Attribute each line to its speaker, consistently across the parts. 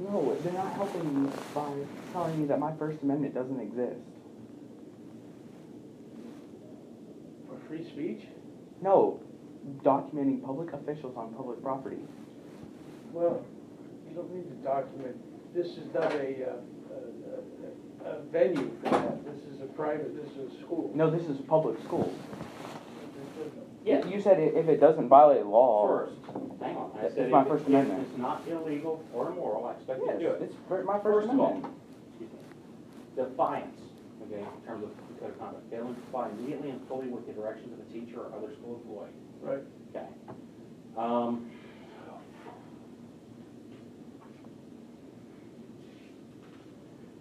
Speaker 1: not helping me by telling me that my First Amendment doesn't exist.
Speaker 2: For free speech?
Speaker 1: No, documenting public officials on public property.
Speaker 2: Well, you don't need to document, this is not a, uh, a, a a venue for that, this is a private, this is a school.
Speaker 1: No, this is a public school.
Speaker 3: Yes,
Speaker 1: You said i- if it doesn't violate law.
Speaker 3: first, hang on, I
Speaker 1: It's
Speaker 3: said
Speaker 1: my
Speaker 3: if
Speaker 1: First
Speaker 3: it- if
Speaker 1: Amendment.
Speaker 3: it's not illegal or immoral, I expect you to do
Speaker 1: Yes,
Speaker 3: it.
Speaker 1: it's fir- my First
Speaker 3: First of all,
Speaker 1: Amendment.
Speaker 3: excuse me, defiance, okay, in terms of the code of conduct, failing to comply immediately and fully with the directions of a teacher or other school employee,
Speaker 2: Right,
Speaker 3: okay? Um,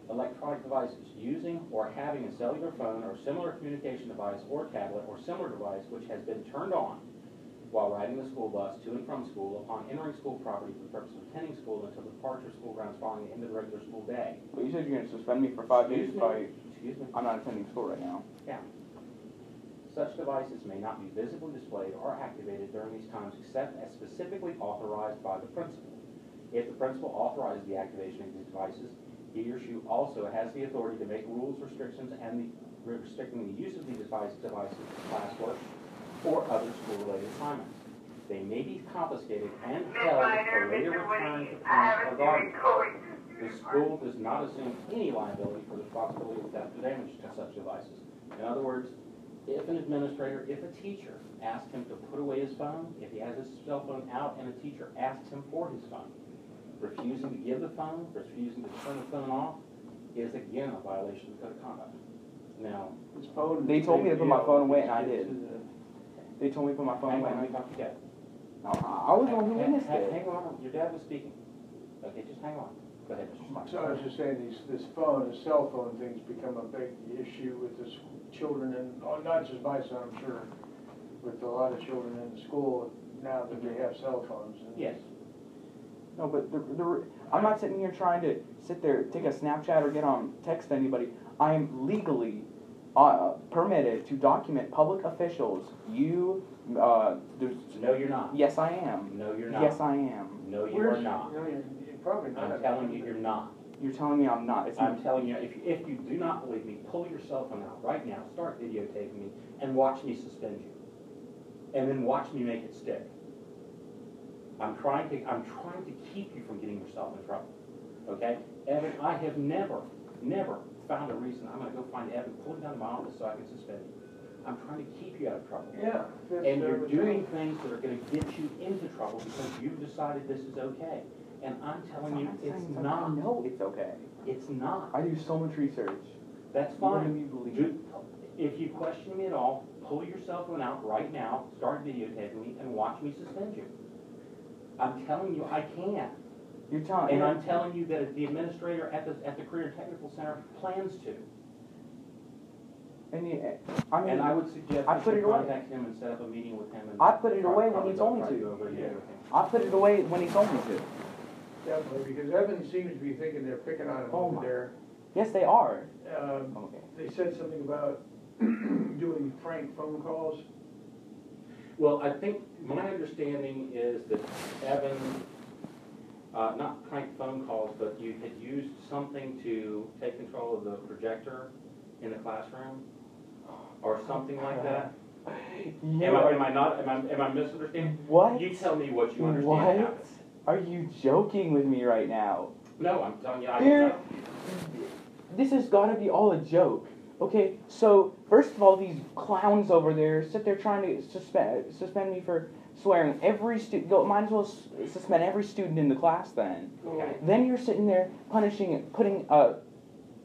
Speaker 3: electronic devices, using or having a cellular phone or similar communication device or tablet or similar device which has been turned on while riding the school bus to and from school upon entering school property for the purpose of attending school until the departure of school grounds following the end of the regular school day.
Speaker 1: But you said you're gonna suspend me for five days
Speaker 3: Excuse me?
Speaker 1: by,
Speaker 3: Excuse me?
Speaker 1: I'm not attending school right now.
Speaker 3: Yeah. Such devices may not be visibly displayed or activated during these times except as specifically authorized by the principal. If the principal authorizes the activation of these devices, he or she also has the authority to make rules, restrictions, and the, restricting the use of these devices, devices for classwork or other school-related assignments. They may be confiscated and
Speaker 4: Ms.
Speaker 3: held
Speaker 4: Minor,
Speaker 3: for later
Speaker 4: Mr.
Speaker 3: return to
Speaker 4: Whitney,
Speaker 3: parents
Speaker 4: I have
Speaker 3: or
Speaker 4: a
Speaker 3: guardians.
Speaker 4: serious question.
Speaker 3: The school does not assume any liability for the responsibility of theft or damage to such devices. In other words, if an administrator, if a teacher asks him to put away his phone, if he has his cell phone out and a teacher asks him for his phone, refusing to give the phone, refusing to turn the phone off, is again a violation of the code of conduct. Now,
Speaker 2: this phone.
Speaker 1: They told me to put my phone away and I
Speaker 2: It's-
Speaker 1: did.
Speaker 2: it's, uh,
Speaker 1: They told me to put my phone
Speaker 3: hang
Speaker 1: away.
Speaker 3: on, let
Speaker 1: and
Speaker 3: me talk to Dad.
Speaker 1: I I was the one who witnessed
Speaker 3: Hang-
Speaker 1: it.
Speaker 3: Hang on, your dad was speaking. Okay, just hang on. Go ahead, Mr. Smart.
Speaker 2: So I was just saying, these, this phone, the cell phone thing's become a big issue with the sch- children and, oh, not just my son, I'm sure, with a lot of children in the school now that they have cell phones. and-
Speaker 3: Yes.
Speaker 1: No, but the, the, I'm not sitting here trying to sit there, take a Snapchat or get on, text anybody. I am legally uh, permitted to document public officials. You, uh, there's,
Speaker 3: No, you're not.
Speaker 1: yes, I am.
Speaker 3: No, you're
Speaker 1: Yes,
Speaker 3: not.
Speaker 1: I am.
Speaker 3: No, you
Speaker 2: Where's-
Speaker 3: are not.
Speaker 2: No, you're, you're probably not.
Speaker 3: I'm telling you, you're not.
Speaker 1: You're telling me I'm not. It's
Speaker 3: I'm
Speaker 1: not.
Speaker 3: telling you, if, if you do not believe me, pull your cell phone out right now, start videotaping me, and watch me suspend you. And then watch me make it stick. I'm trying to, I'm trying to keep you from getting yourself in trouble, okay? Evan, I have never, never found a reason, I'm gonna go find Evan, pull him down to my office so I can suspend you. I'm trying to keep you out of trouble.
Speaker 2: Yeah. that's-
Speaker 3: And
Speaker 2: that
Speaker 3: you're
Speaker 2: was-
Speaker 3: doing things that are gonna get you into trouble because you've decided this is okay. And I'm telling you, it's
Speaker 1: I
Speaker 3: not,
Speaker 1: know it's okay.
Speaker 3: it's not.
Speaker 1: I do so much research.
Speaker 3: That's
Speaker 1: What do
Speaker 3: fine.
Speaker 1: you believe?
Speaker 3: Do- If you question me at all, pull your cell phone out right now, start videotaping me, and watch me suspend you. I'm telling you, I can.
Speaker 1: You're telling.
Speaker 3: And I'm telling you that the administrator at the, at the Career and Technical Center plans to.
Speaker 1: And you, I mean,
Speaker 3: And I would suggest
Speaker 1: I
Speaker 3: that
Speaker 1: put
Speaker 3: you
Speaker 1: it away.
Speaker 3: contact him and set up a meeting with him and.
Speaker 1: I put it away when
Speaker 3: Probably
Speaker 1: he
Speaker 3: go
Speaker 1: told me
Speaker 3: try
Speaker 1: to.
Speaker 3: go over it
Speaker 2: Yeah.
Speaker 3: with him.
Speaker 1: I put it away when he told me to.
Speaker 2: Definitely, because Evan seems to be thinking they're picking on him
Speaker 1: Oh
Speaker 2: over
Speaker 1: my-
Speaker 2: there.
Speaker 1: Yes, they are.
Speaker 2: Um,
Speaker 1: Okay.
Speaker 2: They said something about doing prank phone calls.
Speaker 3: Well, I think, my understanding is that Evan, uh, not prank phone calls, but you had used something to take control of the projector in the classroom, or something like that? Am I, am I not, am I, am I misunderstanding?
Speaker 1: What?
Speaker 3: You tell me what you understand
Speaker 1: What?
Speaker 3: happened.
Speaker 1: Are you joking with me right now?
Speaker 3: No, I'm telling you, I
Speaker 1: Here-
Speaker 3: don't know.
Speaker 1: This has got to be all a joke. Okay, so first of all, these clowns over there sit there trying to suspend suspend me for swearing. Every student, might as well s- suspend every student in the class then.
Speaker 3: Okay.
Speaker 1: Then you're sitting there punishing, it, putting uh,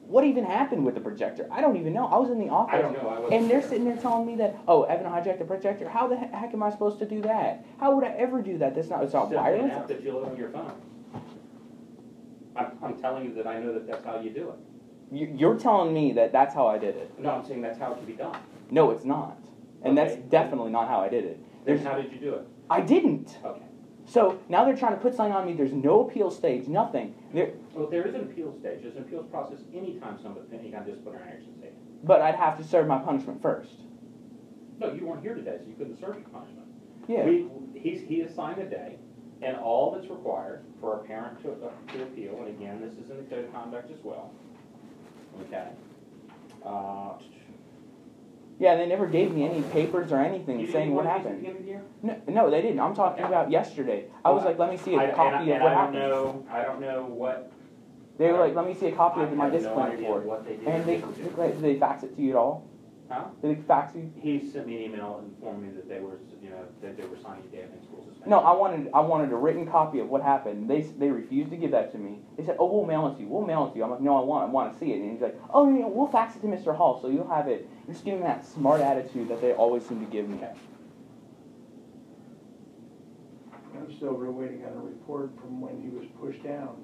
Speaker 1: what even happened with the projector? I don't even know. I was in the office.
Speaker 3: I don't know, I wasn't.
Speaker 1: And they're
Speaker 3: there.
Speaker 1: sitting there telling me that, oh, Evan hijacked the projector. How the he- heck am I supposed to do that? How would I ever do that? That's not, it's not
Speaker 3: Simply an
Speaker 1: wireless.
Speaker 3: app that you load on your phone. I'm, I'm telling you that I know that that's how you do it.
Speaker 1: You- You're telling me that that's how I did it.
Speaker 3: No, I'm saying that's how it can be done.
Speaker 1: No, it's not. And that's
Speaker 3: Okay.
Speaker 1: definitely not how I did it.
Speaker 3: Then
Speaker 1: There's,
Speaker 3: how did you do it?
Speaker 1: I didn't.
Speaker 3: Okay.
Speaker 1: So now they're trying to put something on me. There's no appeal stage, nothing. There,
Speaker 3: Well, there is an appeal stage, there's an appeals process anytime somebody, any kind of disciplinary action is taken.
Speaker 1: but I'd have to serve my punishment first.
Speaker 3: No, you weren't here today, so you couldn't serve your punishment.
Speaker 1: Yeah.
Speaker 3: We, he's, he assigned a day, And all that's required for a parent to, uh, to appeal, and again, this is in the code of conduct as well. Okay. Uh,
Speaker 1: Yeah, they never gave me any papers or anything
Speaker 3: you didn't
Speaker 1: saying what
Speaker 3: want these at the
Speaker 1: happened.
Speaker 3: beginning of the year?
Speaker 1: No, no, they didn't. I'm talking
Speaker 3: Okay.
Speaker 1: about yesterday. I was
Speaker 3: Well,
Speaker 1: like, let me see
Speaker 3: I-
Speaker 1: a
Speaker 3: and I-
Speaker 1: copy of
Speaker 3: and
Speaker 1: what
Speaker 3: I don't
Speaker 1: happened.
Speaker 3: know, I don't know what.
Speaker 1: They were like, let me see a copy of
Speaker 3: I
Speaker 1: my
Speaker 3: have no
Speaker 1: discipline
Speaker 3: idea
Speaker 1: report.
Speaker 3: What they did.
Speaker 1: And
Speaker 3: or
Speaker 1: they,
Speaker 3: didn't do.
Speaker 1: did they fax it to you at all?
Speaker 3: Huh?
Speaker 1: Did they fax you?
Speaker 3: He sent me an email informing me that they were, you know, that they were signing a day in school suspension.
Speaker 1: No, I wanted I wanted a written copy of what happened. They they refused to give that to me. They said, "Oh, we'll mail it to you. We'll mail it to you." I'm like, "No, I want I want to see it." And he's like, "Oh, yeah, we'll fax it to Mr. Hall, so you'll have it." Just giving that smart attitude that they always seem to give me.
Speaker 2: I'm still re- waiting on a report from when he was pushed down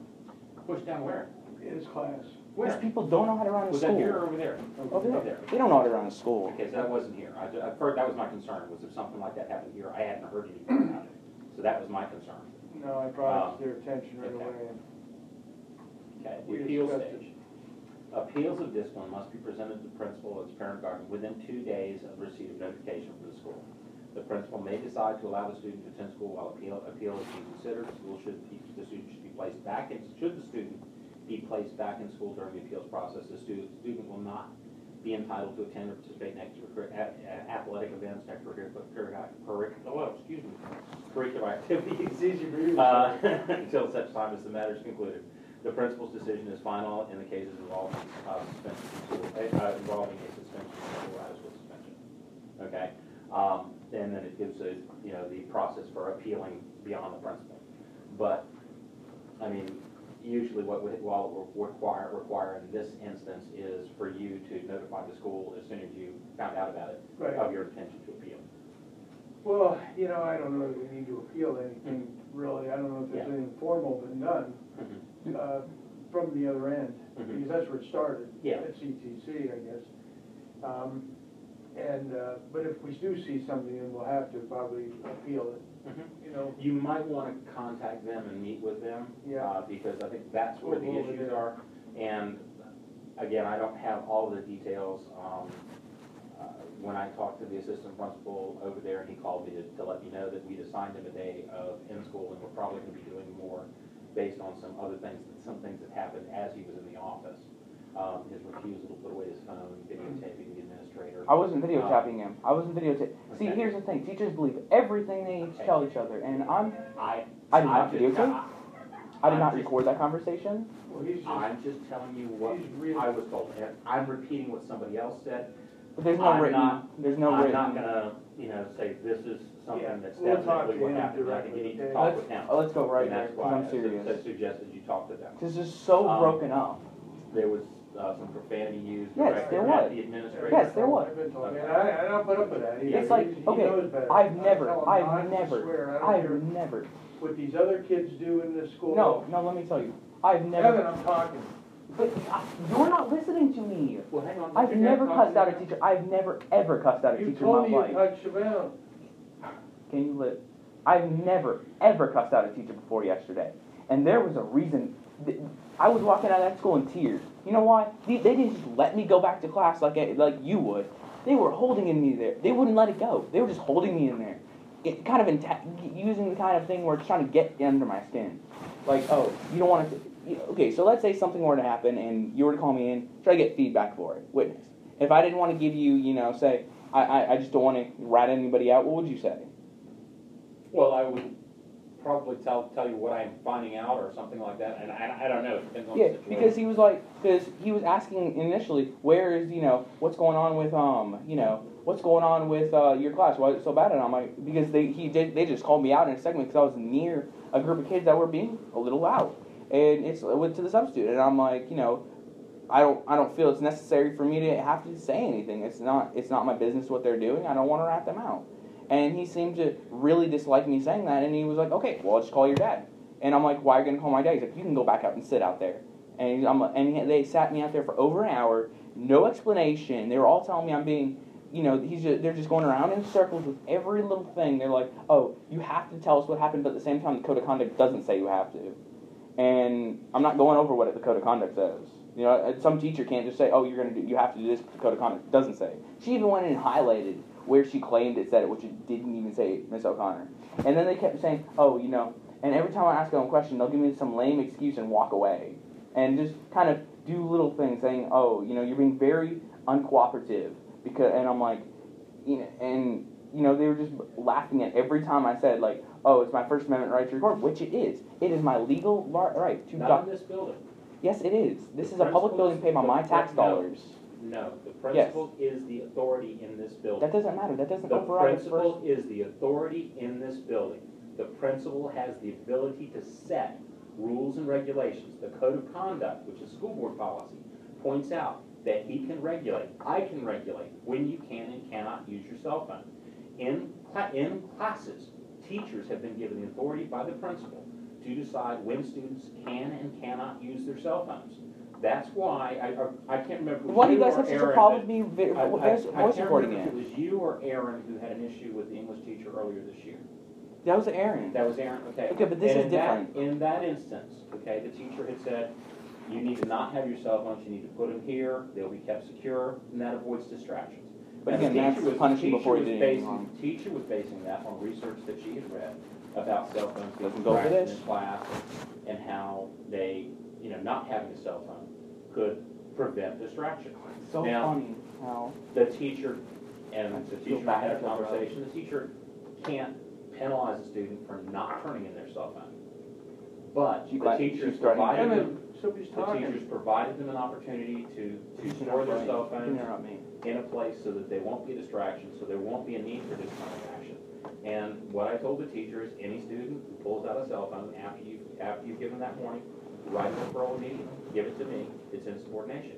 Speaker 3: Pushed down where?
Speaker 2: in his class.
Speaker 1: These people don't know how to run a
Speaker 3: Was that
Speaker 1: school.
Speaker 3: here or over there?
Speaker 1: Over
Speaker 3: Over there.
Speaker 1: there. They don't know how to run a school.
Speaker 3: Okay, so that wasn't here. I, I've heard, that was my concern, was if something like that happened here, I hadn't heard anything about it. So that was my concern.
Speaker 2: No, I brought it to
Speaker 3: Um,
Speaker 2: their attention right
Speaker 3: okay.
Speaker 2: away.
Speaker 3: Okay, the
Speaker 2: We
Speaker 3: appeal
Speaker 2: discussed it.
Speaker 3: stage. Appeals of discipline must be presented to the principal of its parent guardian within two days of receipt of notification from the school. The principal may decide to allow the student to attend school while appeal, appeal is being considered. The School should, be- the student should be placed back in, should the student be placed back in school during the appeals process, the student, student will not be entitled to attend or participate in extracurricular, athletic events, extracurricular, curricular, excuse me, curricular activities, uh, until such time as the matter is concluded. The principal's decision is final in the cases involving uh, suspension, from school- uh, involving a suspension from school, out of school suspension. Okay? Um, And then it gives a, you know, the process for appealing beyond the principal. But, I mean, usually what we, while it would require, require in this instance is for you to notify the school as soon as you found out about it,
Speaker 2: Right.
Speaker 3: of your intention to appeal.
Speaker 2: Well, you know, I don't know that we need to appeal anything, really, I don't know if there's
Speaker 3: Yeah.
Speaker 2: anything formal been done,
Speaker 3: Mm-hmm.
Speaker 2: uh, from the other end,
Speaker 3: Mhm.
Speaker 2: because that's where it started.
Speaker 3: Yeah.
Speaker 2: At CTC, I guess. Um, and, uh, but if we do see something, then we'll have to probably appeal it,
Speaker 3: Mm-hmm.
Speaker 2: you know,
Speaker 3: You might want to contact them and meet with them.
Speaker 2: Yeah.
Speaker 3: uh, Because I think that's where the
Speaker 2: We'll go over
Speaker 3: issues
Speaker 2: there.
Speaker 3: are. And again, I don't have all the details. um, uh, When I talked to the assistant principal over there, and he called me to, to let me know that we'd assigned him a day of in-school, and we're probably gonna be doing more based on some other things, some things that happened as he was in the office. Um, His refusal to put away his phone, videotaping the administrator.
Speaker 1: I wasn't videotaping him. I wasn't videotaping. See,
Speaker 3: Uh-huh. Okay.
Speaker 1: here's the thing. Teachers believe everything they need to tell each other, and I'm
Speaker 3: I.
Speaker 1: I did not
Speaker 3: I'm just-
Speaker 1: videotape? I did not record that conversation.
Speaker 2: well, he's just,
Speaker 3: I'm just telling you what
Speaker 2: he's really.
Speaker 3: I was told, and I'm repeating what somebody else said.
Speaker 1: But there's no
Speaker 3: I'm
Speaker 1: written.
Speaker 3: not-
Speaker 1: there's no
Speaker 3: I'm
Speaker 1: written.
Speaker 3: not gonna, you know, say this is
Speaker 2: Yeah,
Speaker 3: something that's
Speaker 2: we'll talk
Speaker 3: definitely
Speaker 2: to
Speaker 3: what
Speaker 2: him
Speaker 3: happened, I can
Speaker 2: directly,
Speaker 3: get you
Speaker 2: okay?
Speaker 3: to talk
Speaker 1: Let's,
Speaker 3: with him.
Speaker 1: oh, let's go right
Speaker 3: And
Speaker 1: there,
Speaker 3: that's why
Speaker 1: because I'm
Speaker 3: I su- I
Speaker 1: serious.
Speaker 3: suggested you talk to them.
Speaker 1: Because it's so
Speaker 3: Um,
Speaker 1: broken up.
Speaker 3: There was, uh, some profanity used
Speaker 1: Yes,
Speaker 3: directed
Speaker 2: there
Speaker 1: was.
Speaker 3: at the administrator.
Speaker 1: Yes, there was.
Speaker 2: I've been told, and I, I don't put up with that either.
Speaker 1: It's like,
Speaker 2: He- he
Speaker 1: okay,
Speaker 2: knows better.
Speaker 1: I've
Speaker 2: I
Speaker 1: never-
Speaker 2: tell him,
Speaker 1: I've
Speaker 2: "I
Speaker 1: never-
Speaker 2: swear, I don't
Speaker 1: I've
Speaker 2: care
Speaker 1: never.
Speaker 2: what these other kids do in this school.
Speaker 1: No, no, let me tell you. I've
Speaker 2: Kevin,
Speaker 1: never.
Speaker 2: I'm talking.
Speaker 1: But I- you're not listening to me.
Speaker 3: Well, hang on.
Speaker 1: I've
Speaker 3: you're gonna
Speaker 1: never
Speaker 3: talk to
Speaker 1: cussed out a
Speaker 3: them?
Speaker 1: teacher. I've never, ever cussed out a
Speaker 2: You
Speaker 1: teacher in my
Speaker 2: told me you
Speaker 1: life.
Speaker 2: touched Chevelle.
Speaker 1: Can you live? I've never, ever cussed out a teacher before yesterday. And there was a reason. th- I was walking out of that school in tears. You know why? They, they didn't just let me go back to class like, I- like you would. They were holding in me there. They wouldn't let it go. They were just holding me in there. It kind of inta- using the kind of thing where it's trying to get under my skin. Like, oh, you don't want to. you- Okay, so let's say something were to happen and you were to call me in, try to get feedback for it, witness. If I didn't want to give you, you know, say, I, I, I just don't want to rat anybody out, what would you say?
Speaker 3: Well, I would probably tell, tell you what I'm finding out or something like that, and I, I don't know, it depends on the
Speaker 1: Yeah,
Speaker 3: situation.
Speaker 1: because he was like, because he was asking initially, where is you know what's going on with um you know what's going on with uh, your class? Why is it so bad? And I'm like, because they he did they just called me out in a segment because I was near a group of kids that were being a little loud, and it's it went to the substitute, and I'm like, you know, I don't I don't feel it's necessary for me to have to say anything. It's not it's not my business what they're doing. I don't want to rat them out. And he seemed to really dislike me saying that, and he was like, okay, well, I'll just call your dad. And I'm like, why are you gonna call my dad? He's like, you can go back out and sit out there. And he's- I'm and he- they sat me out there for over an hour, no explanation. They were all telling me I'm being, you know, he's just, they're just going around in circles with every little thing. They're like, oh, you have to tell us what happened, but at the same time, the code of conduct doesn't say you have to. And I'm not going over what the code of conduct says. You know, uh, some teacher can't just say, oh, you're gonna do, you have to do this, but the code of conduct doesn't say. She even went in and highlighted where she claimed it said it, which it didn't even say Miss O'Connor. And then they kept saying, oh, you know, And every time I ask them a question, they'll give me some lame excuse and walk away. And just kind of do little things saying, oh, you know, you're being very uncooperative. because. And I'm like, you know, and, you know, they were just laughing at every time I said, like, oh, it's my First Amendment right to record, which it is. It is my legal lar- right to
Speaker 3: Not
Speaker 1: doc-
Speaker 3: in this building.
Speaker 1: Yes, it is. This
Speaker 3: The
Speaker 1: is a public
Speaker 3: principal
Speaker 1: building
Speaker 3: is-
Speaker 1: paid by
Speaker 3: the
Speaker 1: my
Speaker 3: prin-
Speaker 1: tax
Speaker 3: no.
Speaker 1: dollars.
Speaker 3: No, the principal is the authority in this building.
Speaker 1: That doesn't matter. That doesn't
Speaker 3: The
Speaker 1: override the first.
Speaker 3: principal is the authority in this building. The principal has the ability to set rules and regulations. The code of conduct, which is school board policy, points out that he can regulate, I can regulate, when you can and cannot use your cell phone. In, cla- in classes, teachers have been given the authority by the principal to decide when students can and cannot use their cell phones. That's why, I, I I can't remember.
Speaker 1: Why do you
Speaker 3: who
Speaker 1: guys
Speaker 3: or
Speaker 1: have such a
Speaker 3: Aaron,
Speaker 1: problem
Speaker 3: but-
Speaker 1: with me vi-
Speaker 3: I- I-
Speaker 1: voice
Speaker 3: I
Speaker 1: voice
Speaker 3: can't
Speaker 1: recording
Speaker 3: remember if it
Speaker 1: it?
Speaker 3: was you or Aaron who had an issue with the English teacher earlier this year.
Speaker 1: That was Aaron.
Speaker 3: That was Aaron, okay.
Speaker 1: Okay, but this
Speaker 3: And
Speaker 1: is
Speaker 3: in that-
Speaker 1: different.
Speaker 3: In that instance, okay, the teacher had said, you need to not have your cell phones, you need to put them here, they'll be kept secure, and that avoids distractions.
Speaker 1: But
Speaker 3: Now, the
Speaker 1: again, that's
Speaker 3: teacher was-
Speaker 1: punishing
Speaker 3: teacher
Speaker 1: before you
Speaker 3: was
Speaker 1: did anything
Speaker 3: basing-
Speaker 1: wrong.
Speaker 3: Teacher was basing that on research that she had read about cell phones being
Speaker 1: Doesn't go for
Speaker 3: practiced
Speaker 1: this.
Speaker 3: in class and how they, you know, not having a cell phone could prevent distraction.
Speaker 1: So
Speaker 3: Now-
Speaker 1: funny how.
Speaker 3: the teacher, and the
Speaker 1: Feel
Speaker 3: teacher and I
Speaker 1: bad
Speaker 3: had a
Speaker 1: for the brother.
Speaker 3: conversation, the teacher can't penalize a student for not turning in their cell phone. But
Speaker 1: She
Speaker 3: the
Speaker 1: glad-
Speaker 3: teacher's
Speaker 1: she's threatening.
Speaker 3: provided
Speaker 2: Hey,
Speaker 3: them,
Speaker 2: man, Somebody's
Speaker 3: the
Speaker 2: talking.
Speaker 3: teacher's provided them an opportunity to, to store their cell
Speaker 1: You
Speaker 3: phones
Speaker 1: interrupt me.
Speaker 3: in a place so that they won't be a distraction, so there won't be a need for this kind of action. And what I told the teacher is, any student who pulls out a cell phone after you, after you've given that warning, write a referral immediately, give it to me, it's insubordination.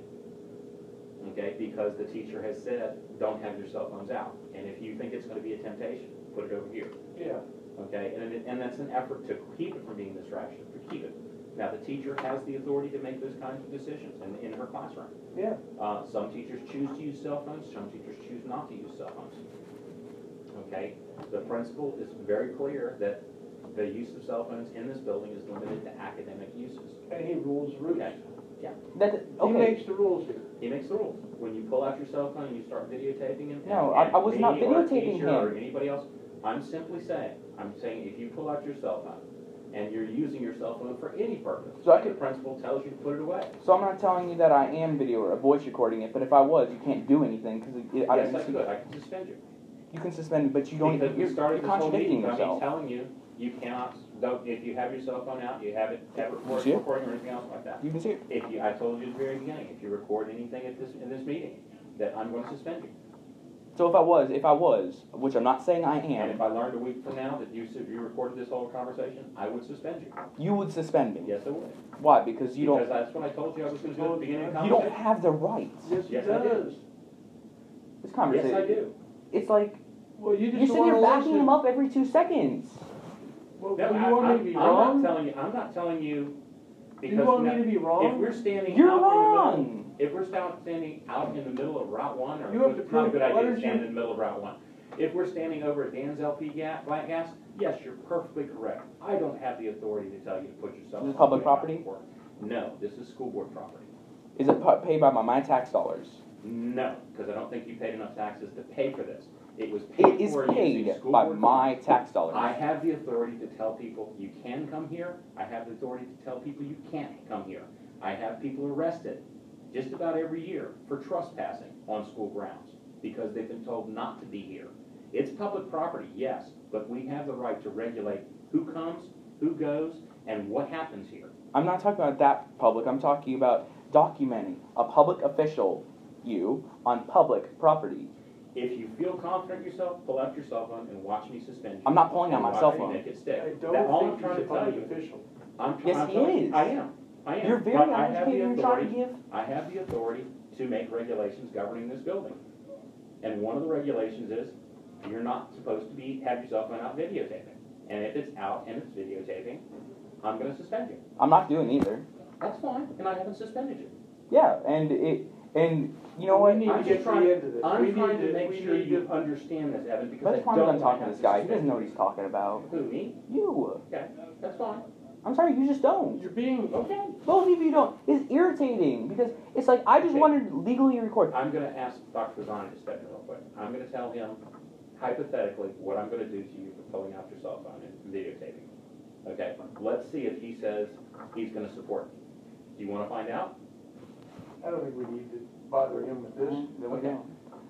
Speaker 3: Okay, because the teacher has said, don't have your cell phones out, and if you think it's gonna be a temptation, put it over here.
Speaker 2: Yeah,
Speaker 3: Okay, and, it- and that's an effort to keep it from being a distraction, to keep it. Now, the teacher has the authority to make those kinds of decisions in, in her classroom.
Speaker 2: yeah.
Speaker 3: Uh, some teachers choose to use cell phones, some teachers choose not to use cell phones. Okay, the principle is very clear that the use of cell phones in this building is limited to academic uses.
Speaker 2: And he rules the roost.
Speaker 3: Okay.
Speaker 1: That
Speaker 2: He
Speaker 1: okay.
Speaker 2: makes the rules here.
Speaker 3: He makes the rules. When you pull out your cell phone and you start videotaping him.
Speaker 1: No,
Speaker 3: and-
Speaker 1: I- I was
Speaker 3: and
Speaker 1: not
Speaker 3: me or a
Speaker 1: videotaping
Speaker 3: teacher Or
Speaker 1: him.
Speaker 3: anybody else, I'm simply saying, I'm saying if you pull out your cell phone and you're using your cell phone for any purpose,
Speaker 1: So I
Speaker 3: the
Speaker 1: could-
Speaker 3: principal tells you to put it away.
Speaker 1: So I'm not telling you that I am video or voice recording it, but if I was, you can't do anything because I
Speaker 3: Yes, I could,
Speaker 1: you,
Speaker 3: I can suspend you.
Speaker 1: you can suspend me, but you don't.
Speaker 3: Because we
Speaker 1: You're,
Speaker 3: started
Speaker 1: you're
Speaker 3: this whole
Speaker 1: contradicting
Speaker 3: meeting by me
Speaker 1: yourself.
Speaker 3: telling you, you cannot, though, if you have your cell phone out, you have it, have it
Speaker 1: See?
Speaker 3: recording, recording or anything else like that.
Speaker 1: You can see it.
Speaker 3: If you, I told you at the very beginning, if you record anything at this, in this meeting, that I'm gonna suspend you.
Speaker 1: So if I was, if I was, which I'm not saying I
Speaker 3: And
Speaker 1: am,
Speaker 3: if I learned a week from now that you, said you recorded this whole conversation, I would suspend you.
Speaker 1: you would suspend me.
Speaker 3: Yes, I would.
Speaker 1: Why? Because you
Speaker 3: Because that's what I told you I was gonna do at the beginning of the
Speaker 1: don't. You don't
Speaker 3: conversation.
Speaker 1: have the right.
Speaker 2: Yes, he
Speaker 3: Yes, I do.
Speaker 2: does.
Speaker 1: This
Speaker 3: Yes,
Speaker 1: conversation.
Speaker 3: I do.
Speaker 1: It's like
Speaker 2: Well, you
Speaker 1: you're
Speaker 2: just
Speaker 1: sitting
Speaker 2: don't
Speaker 1: here
Speaker 2: want to
Speaker 1: backing
Speaker 2: listen.
Speaker 1: him up every two seconds.
Speaker 2: Well,
Speaker 3: No,
Speaker 2: you
Speaker 3: I-
Speaker 2: want me to
Speaker 3: I-
Speaker 2: be
Speaker 3: I'm
Speaker 2: wrong?
Speaker 3: not telling you, I'm not telling you,
Speaker 2: Do
Speaker 3: because.
Speaker 2: you want me
Speaker 3: now-
Speaker 2: to be
Speaker 3: If
Speaker 2: wrong?
Speaker 3: we're standing out in the
Speaker 1: You're
Speaker 3: middle,
Speaker 1: wrong.
Speaker 3: If we're stout- standing out in the middle of Route One, or
Speaker 2: You have to
Speaker 3: it's not a
Speaker 2: prove-
Speaker 3: good
Speaker 2: why
Speaker 3: idea
Speaker 2: don't
Speaker 3: to stand
Speaker 2: you-
Speaker 3: in the middle of Route One. If we're standing over at Dan's LP gas, black gas, yes, you're perfectly correct. I don't have the authority to tell you to put yourself.
Speaker 1: This is public
Speaker 3: on the way out
Speaker 1: property?
Speaker 3: to work. No, this is school board property.
Speaker 1: Is it pa- paid by my, my tax dollars?
Speaker 3: No, because I don't think you paid enough taxes to pay for this. It was
Speaker 1: It
Speaker 3: paid
Speaker 1: is
Speaker 3: for using
Speaker 1: paid
Speaker 3: school
Speaker 1: by
Speaker 3: board
Speaker 1: my tax dollars.
Speaker 3: I have the authority to tell people, you can come here, I have the authority to tell people you can't come here. I have people arrested just about every year for trespassing on school grounds because they've been told not to be here. It's public property, yes, but we have the right to regulate who comes, who goes, and what happens here.
Speaker 1: I'm not talking about that public. I'm talking about documenting a public official, you, on public property.
Speaker 3: If you feel confident yourself, pull out your cell phone and watch me suspend you.
Speaker 1: I'm not pulling out
Speaker 3: And
Speaker 1: my
Speaker 3: watch
Speaker 1: cell
Speaker 3: me
Speaker 1: phone.
Speaker 3: Make it
Speaker 2: I
Speaker 3: stick.
Speaker 2: don't
Speaker 3: That- all I'm
Speaker 2: think
Speaker 3: trying
Speaker 2: he's
Speaker 3: to
Speaker 2: a
Speaker 3: tell
Speaker 2: public
Speaker 3: you,
Speaker 2: official.
Speaker 3: I'm, tr-
Speaker 1: Yes,
Speaker 3: I'm
Speaker 1: he
Speaker 3: telling-
Speaker 1: is.
Speaker 3: I am, I am.
Speaker 1: You're very
Speaker 3: But I have the
Speaker 1: uneducated. You're trying
Speaker 3: authority
Speaker 1: to give.
Speaker 3: I have the authority to make regulations governing this building. And one of the regulations is, you're not supposed to be, have your cell phone out videotaping. And if it's out and it's videotaping, I'm gonna suspend you.
Speaker 1: I'm not doing either.
Speaker 3: That's fine, and I haven't suspended you.
Speaker 1: Yeah, and it, and you know what?
Speaker 2: We need
Speaker 3: I'm
Speaker 2: to
Speaker 3: just
Speaker 2: get to
Speaker 3: trying-
Speaker 2: the end of this. We
Speaker 3: I'm
Speaker 2: need
Speaker 3: trying to
Speaker 2: to-
Speaker 3: make
Speaker 2: we
Speaker 3: sure
Speaker 2: need
Speaker 3: you
Speaker 2: to-
Speaker 3: understand this, Evan, because I
Speaker 1: Let's
Speaker 3: don't
Speaker 1: I'm done
Speaker 3: want
Speaker 1: talking to
Speaker 3: have
Speaker 1: this guy. He
Speaker 3: suspend
Speaker 1: doesn't know what he's talking about.
Speaker 3: you. Who, me?
Speaker 1: You.
Speaker 3: Okay, that's fine.
Speaker 1: I'm sorry. You just don't.
Speaker 2: You're being, oh,
Speaker 3: Okay.
Speaker 1: Both of you don't. It's irritating because it's like I just
Speaker 3: Okay.
Speaker 1: wanted to legally record.
Speaker 3: I'm gonna ask Dr. Zani to step in real quick. I'm gonna tell him hypothetically what I'm gonna do to you for pulling out your cell phone and videotaping. Okay, let's see if he says he's gonna support me. Do you wanna find out?
Speaker 2: I don't think we need to bother him with this.
Speaker 1: Then we don't.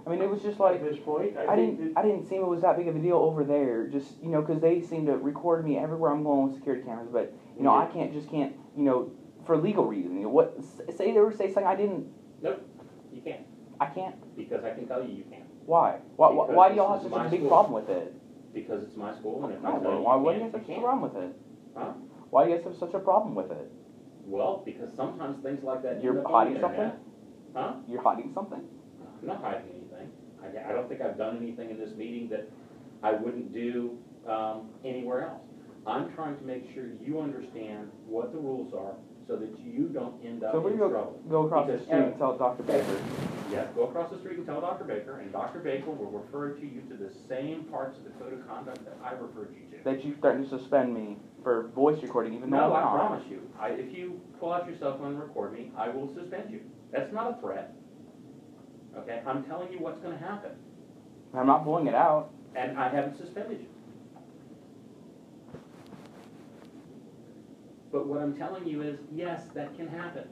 Speaker 1: I mean, it was just like
Speaker 2: At this point,
Speaker 1: Mm-hmm. I
Speaker 2: I think
Speaker 1: didn't.
Speaker 2: that,
Speaker 1: I didn't seem it was that big of a deal over there. Just you know, because they seem to record me everywhere I'm going with security cameras. But you know, I can't just can't you know for legal reasons. You know, what s- say they were say something I didn't.
Speaker 3: Nope, you can't,
Speaker 1: I can't.
Speaker 3: because I can tell you you can't,
Speaker 1: Why? Why? Why,
Speaker 3: Because
Speaker 1: why do
Speaker 3: this
Speaker 1: y'all have
Speaker 3: is
Speaker 1: such
Speaker 3: my
Speaker 1: a big
Speaker 3: school.
Speaker 1: problem with it?
Speaker 3: because it's my school and if
Speaker 1: I
Speaker 3: I
Speaker 1: don't
Speaker 3: tell
Speaker 1: know.
Speaker 3: you
Speaker 1: Why? Why do
Speaker 3: you
Speaker 1: you have
Speaker 3: can't, you
Speaker 1: such a
Speaker 3: can't.
Speaker 1: problem with it?
Speaker 3: Huh?
Speaker 1: Why do you have such- such a problem with it?
Speaker 3: Well, because sometimes things like that. end
Speaker 1: You're
Speaker 3: up on the
Speaker 1: hiding something?
Speaker 3: internet. Huh?
Speaker 1: You're hiding something.
Speaker 3: I'm not hiding anything. I, I don't think I've done anything in this meeting that I wouldn't do, um, anywhere else. I'm trying to make sure you understand what the rules are so that you don't end up
Speaker 1: So we're
Speaker 3: in
Speaker 1: gonna
Speaker 3: trouble.
Speaker 1: go, go across the
Speaker 3: Because-
Speaker 1: street and tell Dr. Baker.
Speaker 3: Yes, go across the street and tell Dr. Baker, and Dr. Baker will refer to you to the same parts of the code of conduct that I referred you to.
Speaker 1: that you threatened to suspend me for voice recording, even though
Speaker 3: No, I
Speaker 1: I'm not.
Speaker 3: promise you, I, if you pull out your cell phone and record me, I will suspend you. That's not a threat. Okay, I'm telling you what's gonna happen,
Speaker 1: I'm not blowing it out.
Speaker 3: and I haven't suspended you. But what I'm telling you is, yes, that can happen.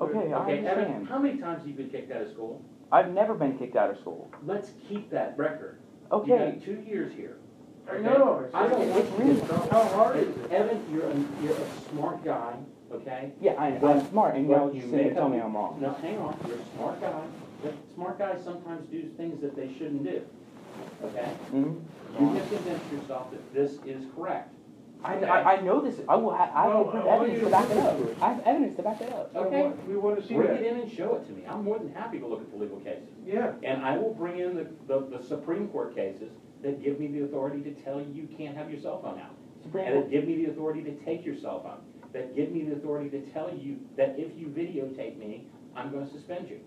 Speaker 1: Okay, I
Speaker 3: Okay, Evan,
Speaker 1: understand.
Speaker 3: how many times have you been kicked out of school?
Speaker 1: I've never been kicked out of school.
Speaker 3: Let's keep that record. You
Speaker 1: Okay,
Speaker 3: got two years here.
Speaker 2: I know,
Speaker 3: I don't
Speaker 2: it's,
Speaker 3: want you to get in
Speaker 2: how
Speaker 3: trouble.
Speaker 2: hard is it?
Speaker 3: Evan, you're a, you're a smart guy, okay?
Speaker 1: yeah, I,
Speaker 3: Well,
Speaker 1: I'm smart, and
Speaker 3: well,
Speaker 1: y'all
Speaker 3: you
Speaker 1: just sit
Speaker 3: make
Speaker 1: and tell
Speaker 3: up-
Speaker 1: me I'm wrong.
Speaker 3: No, hang on, you're a smart guy. But Smart guys sometimes do things that they shouldn't do, okay?
Speaker 1: hmm
Speaker 3: You have convinced yourself that this is correct.
Speaker 1: I, I, I know this. I will. Ha- I
Speaker 2: Well,
Speaker 1: will prove
Speaker 2: all
Speaker 1: evidence
Speaker 2: you
Speaker 1: to back it
Speaker 2: need
Speaker 1: up.
Speaker 2: is-
Speaker 1: I have evidence to back it up.
Speaker 3: Okay.
Speaker 2: We wanna see
Speaker 3: Bring it
Speaker 2: that,
Speaker 3: in and show it to me. I'm more than happy to look at the legal cases.
Speaker 2: yeah,
Speaker 3: And I will bring in the, the, the Supreme Court cases that give me the authority to tell you you can't have your cell phone out.
Speaker 1: Supreme
Speaker 3: And
Speaker 1: Court-
Speaker 3: that give me the authority to take your cell phone, that give me the authority to tell you that if you videotape me, I'm gonna suspend you.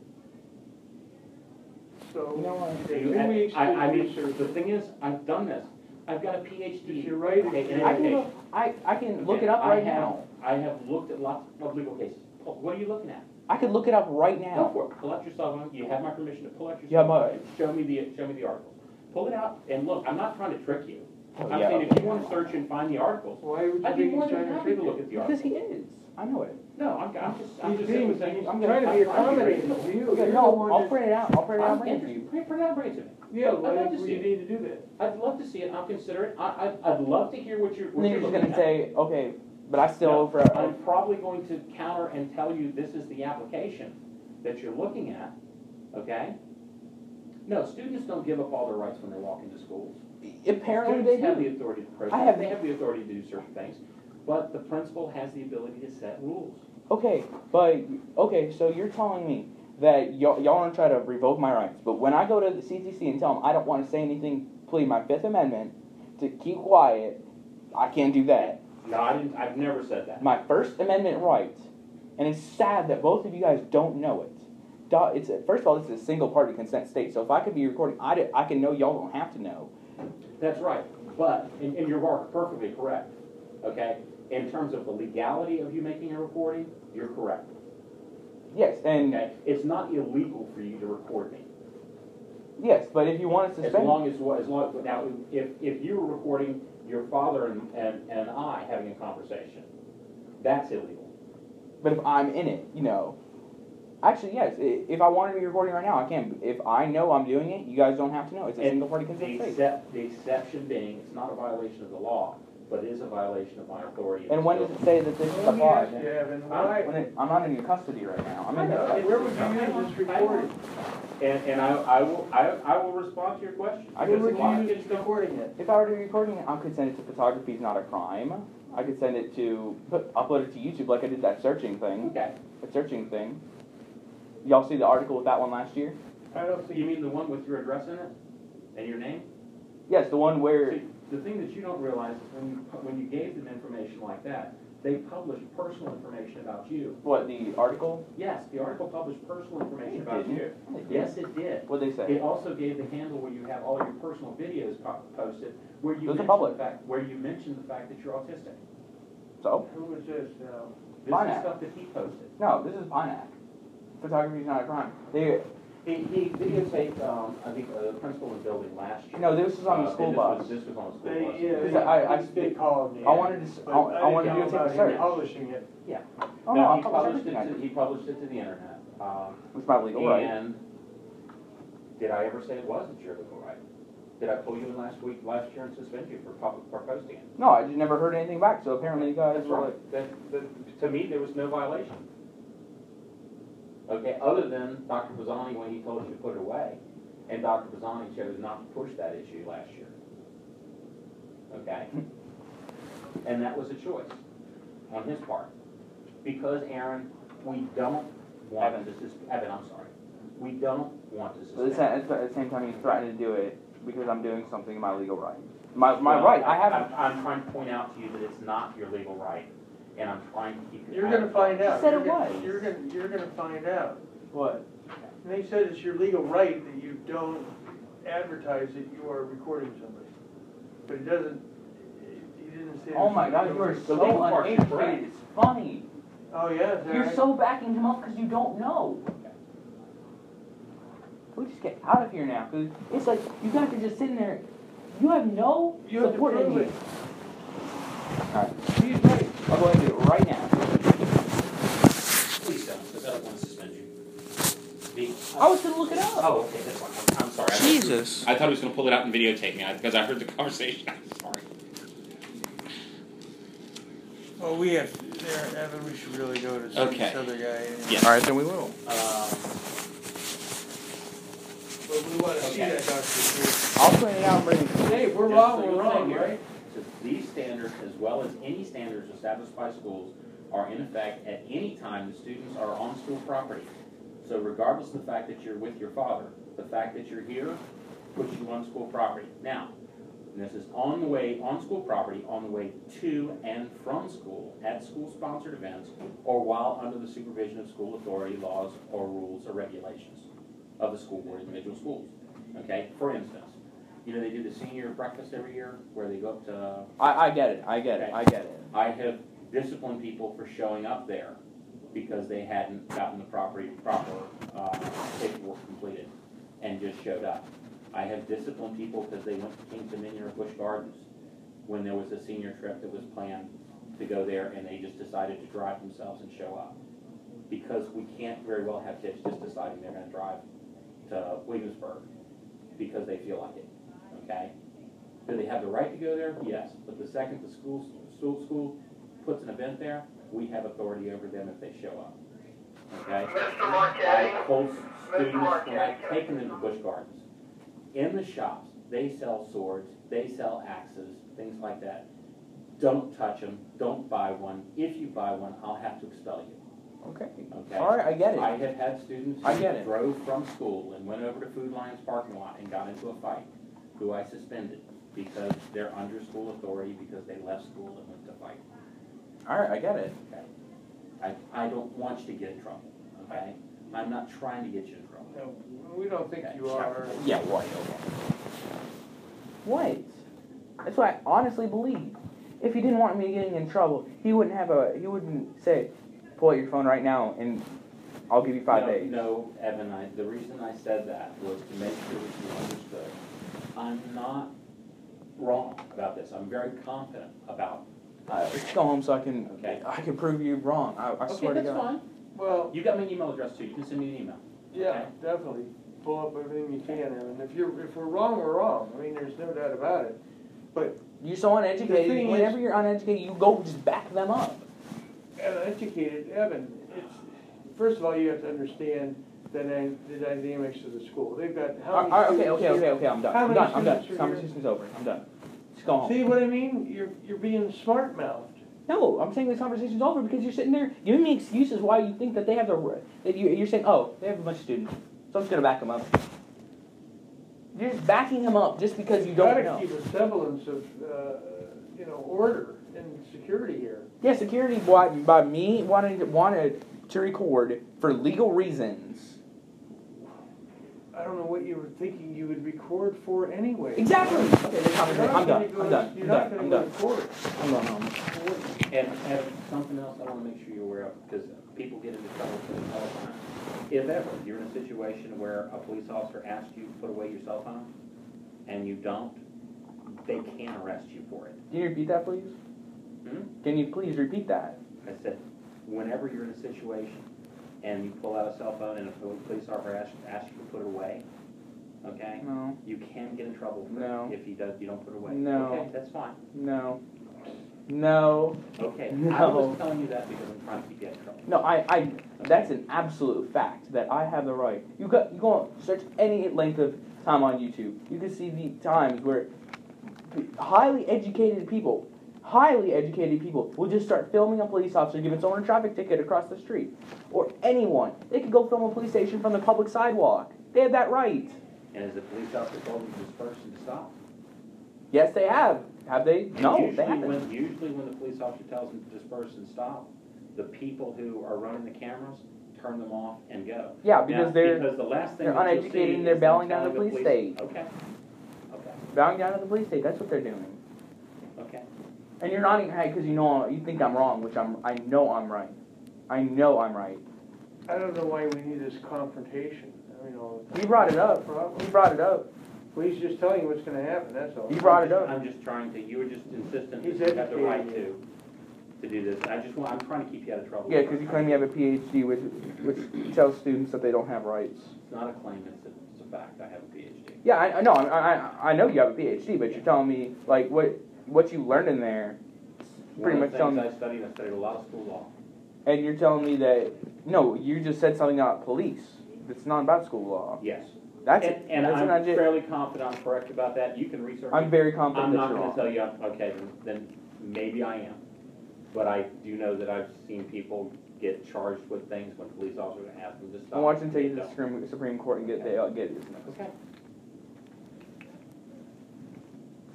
Speaker 1: You know
Speaker 2: so,
Speaker 1: what?
Speaker 2: then
Speaker 3: You-
Speaker 2: two weeks
Speaker 3: I, I
Speaker 2: to
Speaker 3: mean,
Speaker 2: research.
Speaker 3: the thing is, I've done this, I've got a PhD.
Speaker 2: You're right.
Speaker 3: Okay, in
Speaker 1: I can.
Speaker 3: education.
Speaker 1: Look, I, I can look
Speaker 3: Okay,
Speaker 1: it up
Speaker 3: I
Speaker 1: right
Speaker 3: have-
Speaker 1: now.
Speaker 3: I have looked at lots of legal cases. Paul, What are you looking at?
Speaker 1: I could look it up right
Speaker 3: Go
Speaker 1: now.
Speaker 3: for it. Pull out your cell phone. You have my permission to pull out your
Speaker 1: Yeah,
Speaker 3: cell phone.
Speaker 1: but-
Speaker 3: and Show me the, show me the article. Pull it out and look, I'm not trying to trick you.
Speaker 1: Oh,
Speaker 3: I'm
Speaker 1: yeah.
Speaker 3: saying if you wanna search and find the articles,
Speaker 2: Why would you
Speaker 3: I'd be
Speaker 2: think
Speaker 3: more
Speaker 2: he's
Speaker 3: than
Speaker 2: trying to
Speaker 3: happy
Speaker 2: trick
Speaker 3: to look at the
Speaker 1: Because
Speaker 3: article.
Speaker 1: he is. I know it.
Speaker 3: No, I'm, I'm just, I'm
Speaker 2: He's
Speaker 3: just simply
Speaker 2: being,
Speaker 3: saying.
Speaker 2: I'm trying to be accommodating to you.
Speaker 1: Okay,
Speaker 2: You're the
Speaker 1: no,
Speaker 2: one
Speaker 1: I'll
Speaker 2: that-
Speaker 1: print it out. I'll print it out. and
Speaker 3: I'm
Speaker 1: bring it to you.
Speaker 3: interested, print it out, bring it to me.
Speaker 2: Yeah,
Speaker 3: I'd
Speaker 2: why
Speaker 3: like to
Speaker 2: would
Speaker 3: see
Speaker 2: you
Speaker 3: it.
Speaker 2: need to do that?
Speaker 3: I'd love to see it, I'll consider it, I, I, I'd love to hear what you're,
Speaker 1: And
Speaker 3: what
Speaker 1: then
Speaker 3: you're
Speaker 1: you're just
Speaker 3: looking
Speaker 1: gonna
Speaker 3: at.
Speaker 1: say, okay, but I still
Speaker 3: No,
Speaker 1: over.
Speaker 3: I'm probably going to counter and tell you this is the application that you're looking at, okay? No, students don't give up all their rights when they walk into schools.
Speaker 1: Apparently they
Speaker 3: Students have
Speaker 1: do.
Speaker 3: the authority to
Speaker 1: I have-
Speaker 3: protest, they have the authority to do certain things, but the principal has the ability to set rules.
Speaker 1: Okay, but okay, so you're telling me that y'all y'all want to try to revoke my rights, but when I go to the CTC and tell them I don't want to say anything, plead my Fifth Amendment to keep quiet, I can't do that.
Speaker 3: No, I didn't, I've never said that.
Speaker 1: My First Amendment right, and it's sad that both of you guys don't know it. Do- It's a, first of all, this is a single-party consent state, so if I could be recording, I, di- I can know y'all don't have to know.
Speaker 3: That's right, but, and, and you're perfectly correct, okay? In terms of the legality of you making a recording, you're correct.
Speaker 1: Yes, and
Speaker 3: Okay, it's not illegal for you to record me.
Speaker 1: yes, but if you want to
Speaker 3: As
Speaker 1: suspend,
Speaker 3: long as, what- as long, now, if, if you were recording your father and, and, and I having a conversation, that's illegal.
Speaker 1: But if I'm in it, you know. Actually, yes. i- If I wanted to be recording right now, I can. If I know I'm doing it, you guys don't have to know. It's a
Speaker 3: And
Speaker 1: single party
Speaker 3: The
Speaker 1: consent state.
Speaker 3: excep, the exception being, it's not a violation of the law, but it is a violation of my authority.
Speaker 1: And when does it say that this
Speaker 2: Let me
Speaker 1: applies?
Speaker 2: ask you, Evan,
Speaker 1: I-
Speaker 2: why?
Speaker 1: when it- I'm not in your custody right now. I'm
Speaker 2: I
Speaker 1: in your
Speaker 2: know,
Speaker 1: custody.
Speaker 2: Where would you use this recording?
Speaker 3: And, and I, I will, I, I will respond to your question.
Speaker 1: I
Speaker 2: Where
Speaker 1: guess
Speaker 2: would
Speaker 1: it's fine.
Speaker 2: you use this recording at?
Speaker 1: If I were to be recording it, I could send it to photography is not a crime. I could send it to put upload it to YouTube like I did that searching thing.
Speaker 3: Okay,
Speaker 1: That searching thing. Y'all see the article with that one last year?
Speaker 2: I don't
Speaker 3: so you
Speaker 2: think,
Speaker 3: mean the one with your address in it and your name?
Speaker 1: Yes, the one where
Speaker 3: See, the thing that you don't realize is when you, when you gave them information like that, they published personal information about you.
Speaker 1: what the article?
Speaker 3: Yes, the article published personal information
Speaker 1: It
Speaker 3: about
Speaker 1: didn't.
Speaker 3: you. Yes, it did.
Speaker 1: What they
Speaker 3: It
Speaker 1: say?
Speaker 3: also gave the handle where you have all your personal videos po- posted, where you
Speaker 1: Those are
Speaker 3: mentioned the
Speaker 1: public.
Speaker 3: fact, where you mentioned the fact that you're autistic.
Speaker 1: So
Speaker 2: who was this now?
Speaker 3: This
Speaker 1: Fine.
Speaker 3: is stuff that he posted.
Speaker 1: No, this is Pine Act. Photography is not a crime. They
Speaker 3: He, he videotaped, um, I think, uh, the principal of the building last year.
Speaker 1: No, this was on
Speaker 3: Uh,
Speaker 1: the school
Speaker 3: and
Speaker 1: bus.
Speaker 3: this was- This was on the school bus.
Speaker 2: They,
Speaker 1: I-
Speaker 2: yeah,
Speaker 1: I-
Speaker 2: they- they called me.
Speaker 1: I wanted to s-
Speaker 2: but
Speaker 1: I- I wanted
Speaker 2: didn't
Speaker 1: to do
Speaker 2: know
Speaker 1: a
Speaker 2: about
Speaker 1: search.
Speaker 2: him Publishing it.
Speaker 1: Oh, no,
Speaker 3: Now,
Speaker 1: I
Speaker 3: he
Speaker 1: published
Speaker 3: published
Speaker 1: everything
Speaker 3: it
Speaker 1: I
Speaker 3: to-
Speaker 1: did.
Speaker 3: He published it to the internet, um,
Speaker 1: With my legal right.
Speaker 3: and, did I ever say it wasn't your legal right? Did I pull you in last week, last year and suspend you for public, for posting it?
Speaker 1: No, I just never heard anything back, so apparently you guys
Speaker 3: That's
Speaker 1: were
Speaker 3: right.
Speaker 1: like,
Speaker 3: That, that, to me, there was no violation. Okay, other than Dr. Bazzani when he told you to put it away, and Dr. Bazzani chose not to push that issue last year. Okay? And that was a choice on his part. Because, Aaron, we don't want
Speaker 1: Evan.
Speaker 3: to sus, Evan, I'm sorry. We don't want to
Speaker 1: but it's
Speaker 3: suspend.
Speaker 1: at, it's at the same time you threatened to do it because I'm doing something in my legal right. My, my
Speaker 3: Well,
Speaker 1: right, I haven't.
Speaker 3: I'm, I'm trying to point out to you that it's not your legal right, and I'm trying to keep you.
Speaker 2: You're
Speaker 3: out of
Speaker 2: gonna
Speaker 3: it.
Speaker 2: find out.
Speaker 1: said
Speaker 2: You're
Speaker 1: it
Speaker 2: gonna-
Speaker 1: was.
Speaker 2: You're gonna, you're gonna find out.
Speaker 1: What?
Speaker 2: And they said it's your legal right that you don't advertise that you are recording somebody. But it doesn't, he didn't say.
Speaker 1: Oh my god, you are
Speaker 3: The
Speaker 1: so
Speaker 3: legal part's correct.
Speaker 1: uneducated, it's funny.
Speaker 2: Oh, yeah, is that
Speaker 1: You're
Speaker 2: right?
Speaker 1: so backing him up because you don't know. We just get out of here now, because it's like you guys are just sitting there. You have no
Speaker 2: You have to
Speaker 1: support in
Speaker 2: prove
Speaker 1: you.
Speaker 2: it.
Speaker 1: Alright,
Speaker 2: He's right.
Speaker 1: I'll go ahead and do it right now.
Speaker 3: Please don't, because I don't want to suspend you. Me?
Speaker 1: I was gonna look it up.
Speaker 3: Oh, okay, that's fine. I'm, I'm sorry. I-
Speaker 1: Jesus.
Speaker 5: I thought he was going to pull it out and videotape me I- because I heard the conversation. I'm sorry.
Speaker 2: Well, we have, there, Evan, we should really go to
Speaker 5: some- Okay. this
Speaker 2: other guy.
Speaker 5: Yeah.
Speaker 6: All right, then we will.
Speaker 3: Um,
Speaker 2: But we wanna see
Speaker 3: Okay.
Speaker 2: that doctor
Speaker 1: I'll print it out and bring it.
Speaker 2: too. Hey, if we're
Speaker 3: Just
Speaker 2: wrong,
Speaker 3: so
Speaker 2: we're
Speaker 3: you
Speaker 2: wrong,
Speaker 3: figure.
Speaker 2: right?
Speaker 3: so these standards, as well as any standards established by schools, are in effect at any time the students are on school property. So regardless of the fact that you're with your father, the fact that you're here puts you on school property. Now, and this is on the way, on school property, on the way to and from school, at school-sponsored events, or while under the supervision of school authority, laws, or rules or regulations of the school board, individual schools. Okay, for instance, you know, they do the senior breakfast every year where they go up to,
Speaker 1: I, I get it, I get it, I get it.
Speaker 3: I have disciplined people for showing up there because they hadn't gotten the property, proper, uh, paperwork completed and just showed up. I have disciplined people because they went to King's Dominion or Busch Gardens when there was a senior trip that was planned to go there and they just decided to drive themselves and show up. Because we can't very well have kids just deciding they're gonna drive to Williamsburg because they feel like it, okay? Do they have the right to go there? Yes, but the second the school, school, school puts an event there, we have authority over them if they show up. Okay?
Speaker 7: Mr.
Speaker 3: I
Speaker 7: Marquetti,
Speaker 3: told students when
Speaker 7: Marquette,
Speaker 3: I
Speaker 7: can I-
Speaker 3: taken them to Busch Gardens, in the shops, they sell swords, they sell axes, things like that. Don't touch them, don't buy one. If you buy one, I'll have to expel you,
Speaker 1: Okay.
Speaker 3: okay?
Speaker 1: Alright, I get it.
Speaker 3: I have had students
Speaker 1: I get
Speaker 3: who
Speaker 1: it.
Speaker 3: drove from school and went over to Food Lion's parking lot and got into a fight, who I suspended because they're under school authority because they left school and went to fight.
Speaker 1: Alright, I get it.
Speaker 3: I, I don't want you to get in trouble, okay? I'm not trying to get you in trouble.
Speaker 2: No, we don't think you are.
Speaker 1: Yeah, what? What? That's what I honestly believe. If he didn't want me getting in trouble, he wouldn't have a. He wouldn't say, "Pull out your phone right now, and I'll give you five
Speaker 3: No,
Speaker 1: days."
Speaker 3: No, Evan, I, the reason I said that was to make sure that you understood. I'm not wrong about this. I'm very confident about,
Speaker 1: Uh, let's go home so I can.
Speaker 3: Okay.
Speaker 1: I can prove you wrong. I, I
Speaker 3: okay,
Speaker 1: swear to
Speaker 3: that's
Speaker 1: God.
Speaker 3: fine.
Speaker 2: Well,
Speaker 3: You got my email address too. You can send me an email.
Speaker 2: yeah, definitely. Pull up everything you can, Evan. If you're, if we're wrong, we're wrong. I mean, there's no doubt about it. But
Speaker 1: You're so
Speaker 2: The thing
Speaker 1: uneducated.
Speaker 2: is-
Speaker 1: Whenever you're uneducated, you go just back them up.
Speaker 2: an educated Evan, it's, first of all, you have to understand the, dyna- the dynamics of the school. They've got how
Speaker 1: All
Speaker 2: many.
Speaker 1: right, Uh, okay,
Speaker 2: students
Speaker 1: okay,
Speaker 2: here?
Speaker 1: okay, okay. I'm done.
Speaker 2: How
Speaker 1: I'm
Speaker 2: many
Speaker 1: done. I'm oh.
Speaker 2: students
Speaker 1: done.
Speaker 2: are
Speaker 1: Conversation's over. I'm done. Just go home.
Speaker 2: See what I mean? You're, you're being smart mouthed.
Speaker 1: No, I'm saying this conversation's over because you're sitting there giving me excuses why you think that they have the ri- that you, you're saying, oh, they have a bunch of students, so I'm just gonna back them up. You're just backing him up just because you don't
Speaker 2: Gotta
Speaker 1: know.
Speaker 2: keep a semblance of, uh, you know, order and security here.
Speaker 1: Yeah, security by, by me wanted wanted to record for legal reasons.
Speaker 2: I don't know what you were thinking you would record for anyway.
Speaker 1: Exactly. Okay, this
Speaker 2: You're
Speaker 1: happened.
Speaker 2: not
Speaker 1: I'm done.
Speaker 2: gonna go-
Speaker 1: I'm done.
Speaker 2: You're
Speaker 1: I'm
Speaker 2: not
Speaker 1: done.
Speaker 2: gonna
Speaker 1: I'm
Speaker 2: go to
Speaker 1: done.
Speaker 2: court.
Speaker 1: I'm done. I'm done.
Speaker 3: And, and something else I wanna make sure you're aware of, because people get into trouble for this all the time. If ever, you're in a situation where a police officer asks you to put away your cell phone, and you don't, they can arrest you for it.
Speaker 1: Can you repeat that, please?
Speaker 3: Hmm?
Speaker 1: Can you please repeat that?
Speaker 3: I said, whenever you're in a situation and you pull out a cell phone and a pol- police officer asks, asks you to put it away, okay?
Speaker 1: No.
Speaker 3: You can get in trouble for
Speaker 1: No.
Speaker 3: it if you don't, you don't put it away.
Speaker 1: No.
Speaker 3: Okay, that's fine.
Speaker 1: No. No.
Speaker 3: Okay, I
Speaker 1: No.
Speaker 3: was telling you that because I'm trying to keep you out of trouble.
Speaker 1: No, I, I, that's an absolute fact that I have the right. You go, you go on, search any length of time on YouTube. You can see the times where p- highly educated people, highly educated people, will just start filming a police officer giving someone a traffic ticket across the street, or anyone. They could go film a police station from the public sidewalk. They have that right.
Speaker 3: And as the police officer told you this person to stop?
Speaker 1: Yes, they have. Have they? No,
Speaker 3: usually
Speaker 1: they haven't.
Speaker 3: when, usually when the police officer tells them to disperse and stop, the people who are running the cameras turn them off and go.
Speaker 1: Yeah, because
Speaker 3: Now,
Speaker 1: they're
Speaker 3: because the last thing
Speaker 1: they're
Speaker 3: that you'll
Speaker 1: uneducated
Speaker 3: see
Speaker 1: and they're
Speaker 3: is them
Speaker 1: bowing down to
Speaker 3: telling
Speaker 1: police
Speaker 3: Okay, okay,
Speaker 1: bowing down to the police state. That's what they're doing.
Speaker 3: okay.
Speaker 1: And you're nodding your head because you know you think I'm wrong, which I'm. I know I'm right. I know I'm right.
Speaker 2: I don't know why we need this confrontation, I mean, all.
Speaker 1: You brought it up. You
Speaker 2: Problem.
Speaker 1: brought it up.
Speaker 2: He's just telling you what's gonna happen, that's all.
Speaker 1: You brought it up.
Speaker 3: I'm just trying to, you were just insistent
Speaker 2: He's
Speaker 3: that you have the right
Speaker 2: educated.
Speaker 3: to, to do this. I just want, I'm trying to keep you out of trouble.
Speaker 1: Yeah, because you claim you have a PhD, which which tells students that they don't have rights.
Speaker 3: It's not a claim, it's a, it's a fact, I have a PhD.
Speaker 1: Yeah, I, I know. I, I I know you have a PhD, but you're telling me like what what you learned in there. Pretty much
Speaker 3: One
Speaker 1: telling
Speaker 3: of the
Speaker 1: me,
Speaker 3: things I studied, I studied a lot of school law.
Speaker 1: and you're telling me that no, you just said something about police. It's not about school law.
Speaker 3: Yes.
Speaker 1: That's
Speaker 3: And, and
Speaker 1: that's
Speaker 3: I'm
Speaker 1: an idea.
Speaker 3: fairly confident I'm correct about that. You can research
Speaker 1: I'm
Speaker 3: it.
Speaker 1: very confident
Speaker 3: I'm
Speaker 1: that
Speaker 3: not
Speaker 1: you're
Speaker 3: going
Speaker 1: wrong.
Speaker 3: to tell you, I'm- okay, then, then maybe I am. But I do know that I've seen people get charged with things when police officers ask them to stop.
Speaker 1: I'm watching take you to
Speaker 3: They
Speaker 1: the Supreme, Supreme Court and get they uh, get it.
Speaker 3: don't. Okay.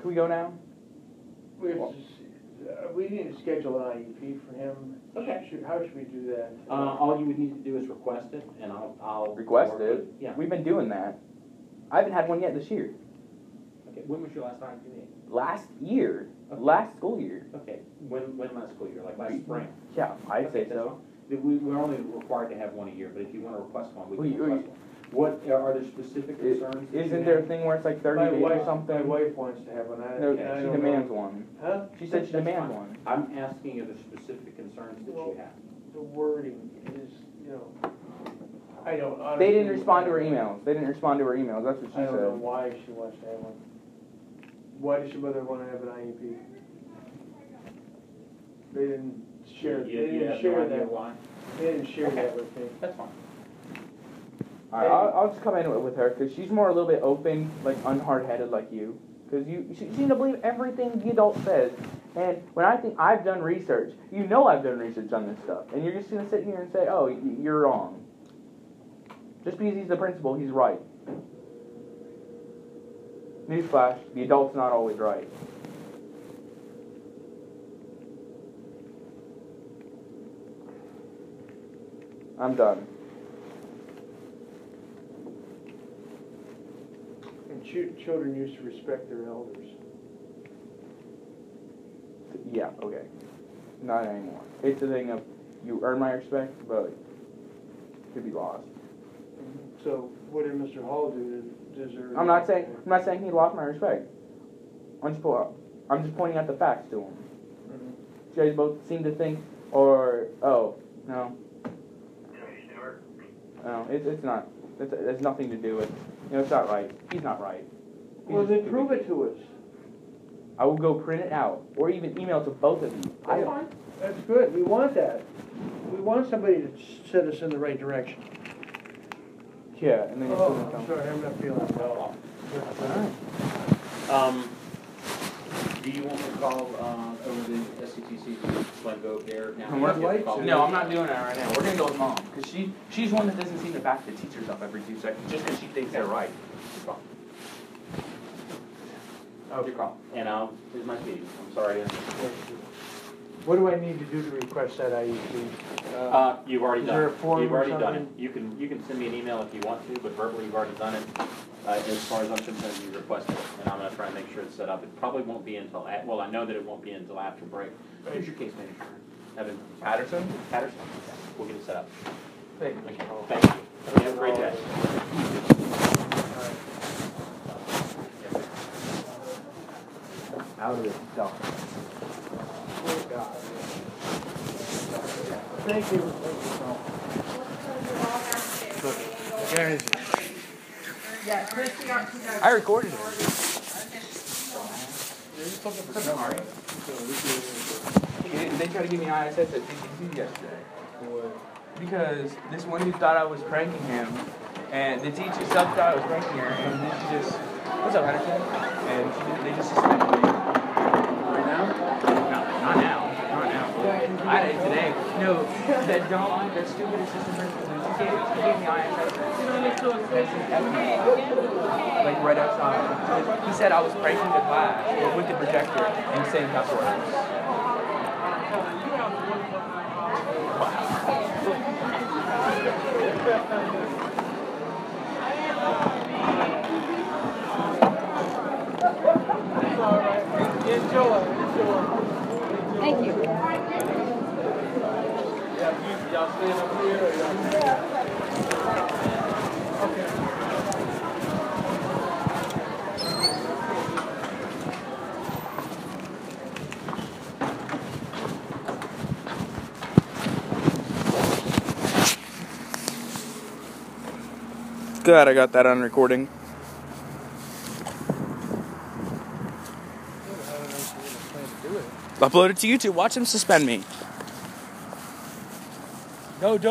Speaker 1: Can we go now?
Speaker 2: We have to s- uh, we need to schedule an IEP for him.
Speaker 3: Okay.
Speaker 2: Should- How should we do that?
Speaker 3: Uh, all you would need to do is request it and I'll, I'll.
Speaker 1: Request
Speaker 3: work
Speaker 1: it?
Speaker 3: with- Yeah.
Speaker 1: We've been doing that. I haven't had one yet this year.
Speaker 3: Okay, when was your last time you meeting?
Speaker 1: Last year,
Speaker 3: Okay.
Speaker 1: last school year.
Speaker 3: Okay, when, when last school year, like last spring?
Speaker 1: Yeah, I'd say
Speaker 3: Okay, that's
Speaker 1: so.
Speaker 3: fine. We, we're only required to have one a year, but if you wanna request one, we
Speaker 1: We-
Speaker 3: can
Speaker 1: we-
Speaker 3: request one. What, are are there specific
Speaker 1: It-
Speaker 3: concerns? that you
Speaker 1: Isn't
Speaker 3: have?
Speaker 1: there a thing where it's like thirty
Speaker 2: My
Speaker 1: days
Speaker 2: wife-
Speaker 1: or something?
Speaker 2: My wife wants to have one, I,
Speaker 1: No,
Speaker 2: and I
Speaker 1: she
Speaker 2: don't
Speaker 1: demands
Speaker 2: know.
Speaker 1: one.
Speaker 2: Huh?
Speaker 1: She said she
Speaker 3: That's
Speaker 1: demands
Speaker 3: fine.
Speaker 1: one.
Speaker 3: I'm asking you the specific concerns that you have.
Speaker 2: The wording is, you know, I don't honestly.
Speaker 1: They didn't respond to her emails. They didn't respond to her emails. That's what she
Speaker 2: I don't know
Speaker 1: said.
Speaker 2: why she wants to have one. Why does your mother wanna have an IEP? They didn't share, they
Speaker 3: You- you have
Speaker 2: didn't
Speaker 3: no
Speaker 2: share
Speaker 3: idea
Speaker 2: that,
Speaker 3: why?
Speaker 2: they didn't share
Speaker 3: Okay.
Speaker 2: that with me.
Speaker 3: That's fine.
Speaker 1: Alright, I'll, I'll just come in with- with her because she's more a little bit open, like unhard-headed, like you. Because you, she seem to believe everything the adult says. And when I think I've done research, you know I've done research on this stuff, and you're just gonna sit here and say, "Oh, y- you're wrong." Just because he's the principal, he's right. Newsflash: the adult's not always right. I'm done.
Speaker 2: And chu- children used to respect their elders.
Speaker 1: Yeah, okay. Not anymore. It's a thing of you earn my respect, but it could be lost.
Speaker 2: So what did Mr. Hall do to deserve?
Speaker 1: Mm-hmm. I'm not saying I'm not saying he lost my respect. I'm just po- I'm just pointing out the facts to him.
Speaker 2: Mhm.
Speaker 1: You guys both seem to think, or oh no, no, it's it's not. It's, it's nothing to do with. You know, it's not right. He's not right. He's
Speaker 2: Well,
Speaker 1: just
Speaker 2: then
Speaker 1: stupid.
Speaker 2: prove it to us.
Speaker 1: I will go print it out, or even email to both of you. I
Speaker 2: That's fine. That's good, we want that. We want somebody to s- set us in the right direction.
Speaker 1: yeah, and then you send
Speaker 2: Oh,
Speaker 1: it to
Speaker 2: I'm
Speaker 1: them.
Speaker 2: sorry, I'm not feeling well.
Speaker 3: Well,
Speaker 1: Alright.
Speaker 3: um, do you want me to call, uh, over the SCTC, like go there now?
Speaker 1: And we're-
Speaker 3: You have to call them.
Speaker 1: Oh, No, I'm not doing that right now. We're gonna go with mom, cause she, she's one that doesn't seem to back the teachers up every two seconds, just cause she thinks they're right.
Speaker 3: Oh, your call. And, um, here's my fee. I'm sorry.
Speaker 2: Thank you. What do I need to do to request that E IEP?
Speaker 3: Uh, you've already
Speaker 2: Is
Speaker 3: done
Speaker 2: there a
Speaker 3: it.
Speaker 2: form
Speaker 3: You've
Speaker 2: or
Speaker 3: already done it.
Speaker 2: something?
Speaker 3: You can, you can send me an email if you want to, but verbally you've already done it. Uh, as far as I'm concerned, you requested it, and I'm gonna try and make sure it's set up. It probably won't be until, a- well, I know that it won't be until after break. Who's your case manager? Evan Patterson? Patterson, okay, we'll get it set up.
Speaker 2: Thank you.
Speaker 3: Okay,
Speaker 2: Paul.
Speaker 3: thank you. You Have a great
Speaker 2: All
Speaker 3: day.
Speaker 2: right.
Speaker 1: out of this stuff.
Speaker 2: Thank you. Thank you, Paul. Guys.
Speaker 1: I recorded it. They they tried to give me ISS at TTC yesterday. Because this one dude thought I was pranking him, and the teacher self thought I was pranking her, and then she just, what's up, Huntington? And she, did- they just suspended me. Right now? No, not now. Not now. I did today. No, that dumb, that stupid assistant principal, she gave, she gave me ISS. That's an F- Like right outside. He said I was pranking the class but with the projector and saying cuss words.
Speaker 8: Thank you.
Speaker 1: Glad I got that on recording. Upload it to YouTube. Watch him suspend me.
Speaker 2: No, don't.